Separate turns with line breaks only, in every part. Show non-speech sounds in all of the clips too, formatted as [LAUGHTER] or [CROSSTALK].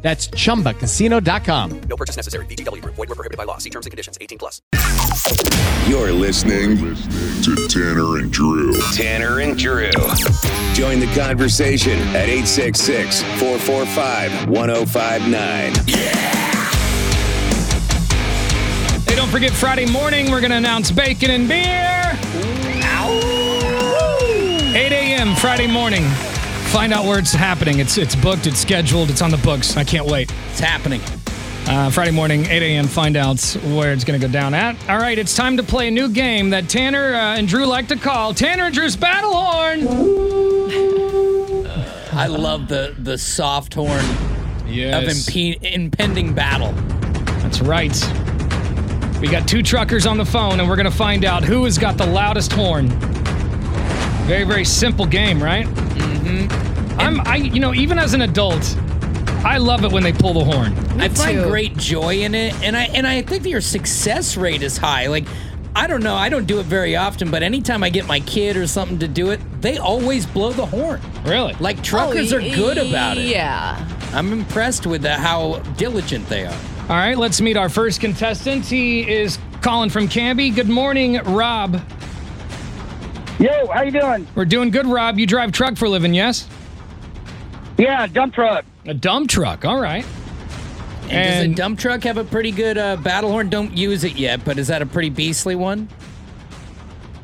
That's chumbacasino.com.
No purchase necessary. VGW Group. Void were prohibited by law. See terms and conditions. 18 plus.
You're listening to Tanner and Drew.
Tanner and Drew.
Join the conversation at 866 445 1059.
Hey, don't forget Friday morning, we're going to announce bacon and beer. 8 a.m. Friday morning. Find out where it's happening. It's it's booked, it's scheduled, it's on the books. I can't wait. It's happening. Uh, Friday morning, 8 a.m. Find out where it's going to go down at. All right, it's time to play a new game that Tanner uh, and Drew like to call Tanner and Drew's Battle Horn.
I love the the soft horn of
Yes.
impe- impending battle.
That's right. We got two truckers on the phone, and we're going to find out who has got the loudest horn. Very, very simple game, right? Mm-hmm. I'm, I, you know, even as an adult, I love it when they pull the horn.
I find
too.
great joy in it, and I and I think that your success rate is high. Like, I don't know, I don't do it very often, but anytime I get my kid or something to do it, they always blow the horn.
Really?
Like truckers are good about it.
Yeah.
I'm impressed with the, how diligent they are.
All right, let's meet our first contestant. He is calling from Canby. Good morning, Rob.
Yo, how you doing?
We're doing good, Rob. You drive truck for a living, yes?
Yeah, dump truck.
A dump truck. All right.
And, does
And-
a dump truck have a pretty good uh, battle horn? Don't use it yet, but is that a pretty beastly one?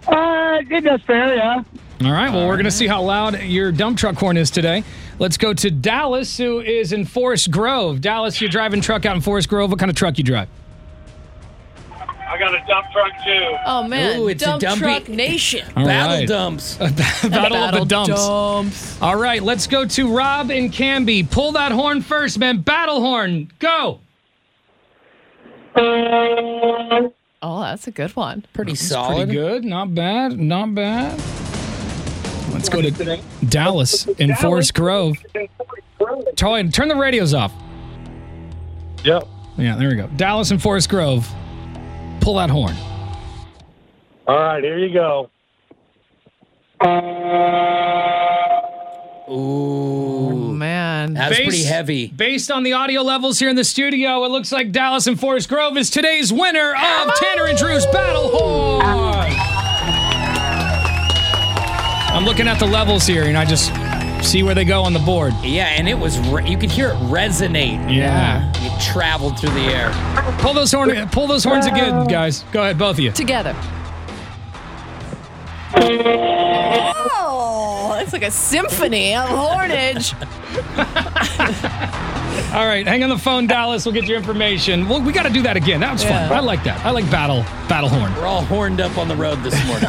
Uh, it does fair, yeah.
All right. Well, we're going to see how loud your dump truck horn is today. Let's go to Dallas, who is in Forest Grove. Dallas, you're driving truck out in Forest Grove. What kind of truck you drive?
I got a dump truck too.
Oh man.
Ooh, it's a
Dump
dumpy-
truck
[LAUGHS]
nation.
All
battle
right.
dumps.
[LAUGHS] Battle of the dumps.
dumps.
All right. Let's go to Rob and Canby. Pull that horn first, man. Battle horn. Go.
Oh, that's a good one.
pretty
Pretty
solid.
good. Not bad. Not bad. Let's go to Dallas in Forest Grove. Troy, turn the radios off.
Yep.
Yeah, there we go. Dallas and Forest Grove. Pull that horn.
All right, here you go.
Ooh.
Man.
That was
Based-
pretty heavy.
Based on the audio levels here in the studio, it looks like Dallas and Forest Grove is today's winner of Tanner and Drew's Battle Horn. I'm looking at the levels here, and I just see where they go on the board.
Yeah, and it was re- you could hear it resonate.
Yeah.
It traveled through the air.
Pull those horn, pull those horns again, guys. Go ahead, both of you.
Together. Oh, it's like a symphony of hornage.
All right, hang on the phone, Dallas. We'll get your information. Well, we got to do that again. That was fun.
Yeah.
I like that. I like battle battle horn.
We're all horned up on the road this morning.